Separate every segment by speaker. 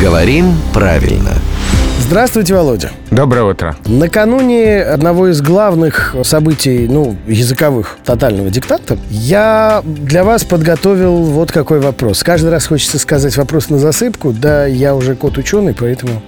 Speaker 1: Говорим правильно.
Speaker 2: Здравствуйте, Володя.
Speaker 3: Доброе утро.
Speaker 2: Накануне одного из главных событий, ну, языковых тотального диктата, я для вас подготовил вот какой вопрос. Каждый раз хочется сказать вопрос на засыпку, да, я уже кот ученый, поэтому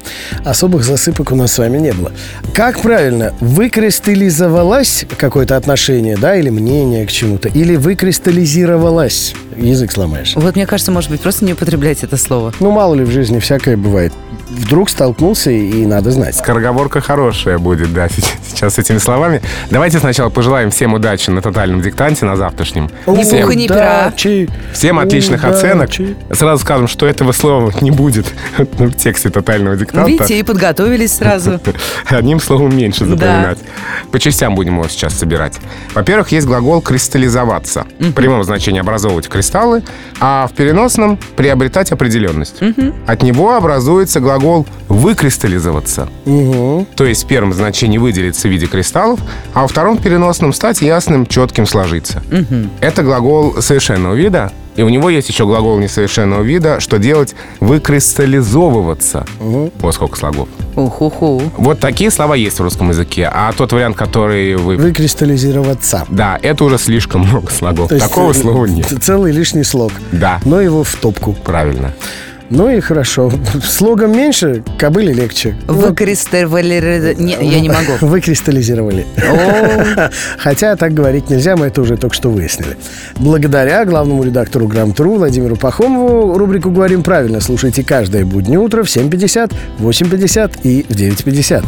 Speaker 2: особых засыпок у нас с вами не было. Как правильно, выкристаллизовалась какое-то отношение, да, или мнение к чему-то, или выкристаллизировалась? Язык сломаешь.
Speaker 4: Вот мне кажется, может быть, просто не употреблять это слово.
Speaker 2: Ну, мало ли в жизни всякое бывает. Вдруг столкнулся и надо знать.
Speaker 3: Скороговорка хорошая будет, да, сейчас, сейчас с этими словами. Давайте сначала пожелаем всем удачи на тотальном диктанте, на завтрашнем.
Speaker 4: Ни
Speaker 3: всем,
Speaker 4: пуха, ни пера.
Speaker 2: Удачи,
Speaker 3: всем отличных оценок.
Speaker 2: удачи.
Speaker 3: Сразу скажем, что этого слова не будет в тексте тотального диктанта.
Speaker 4: Ну, Видите, и подготовились сразу.
Speaker 3: Одним словом меньше
Speaker 4: Да.
Speaker 3: запоминать. По частям будем его сейчас собирать. Во-первых, есть глагол «кристаллизоваться». В прямом значении образовывать кристаллы, а в переносном – приобретать определенность. От него образуется глагол «выкристаллизоваться».
Speaker 2: Мгм.
Speaker 3: То есть в первом значении выделиться в виде кристаллов, а во втором переносном стать ясным, четким, сложиться. Это глагол совершенного вида, и у него есть еще глагол несовершенного вида, что делать выкристаллизовываться. Вот сколько слогов.
Speaker 4: Уху-ху.
Speaker 3: Вот такие слова есть в русском языке, а тот вариант, который вы...
Speaker 2: Выкристаллизироваться.
Speaker 3: Да, это уже слишком много слогов.
Speaker 2: То есть,
Speaker 3: Такого
Speaker 2: э,
Speaker 3: слова нет.
Speaker 2: ц- Целый лишний слог.
Speaker 3: Да.
Speaker 2: Но его в топку.
Speaker 3: Правильно.
Speaker 2: Ну и хорошо. Слогом меньше, кобыле легче.
Speaker 4: Выкристаллизовали... Не, я не могу.
Speaker 2: Выкристаллизировали. Хотя так говорить нельзя, мы это уже только что выяснили. Благодаря главному редактору Грамтру Владимиру Пахомову рубрику «Говорим правильно» слушайте каждое буднее утро в 7.50, 8.50 и в 9.50.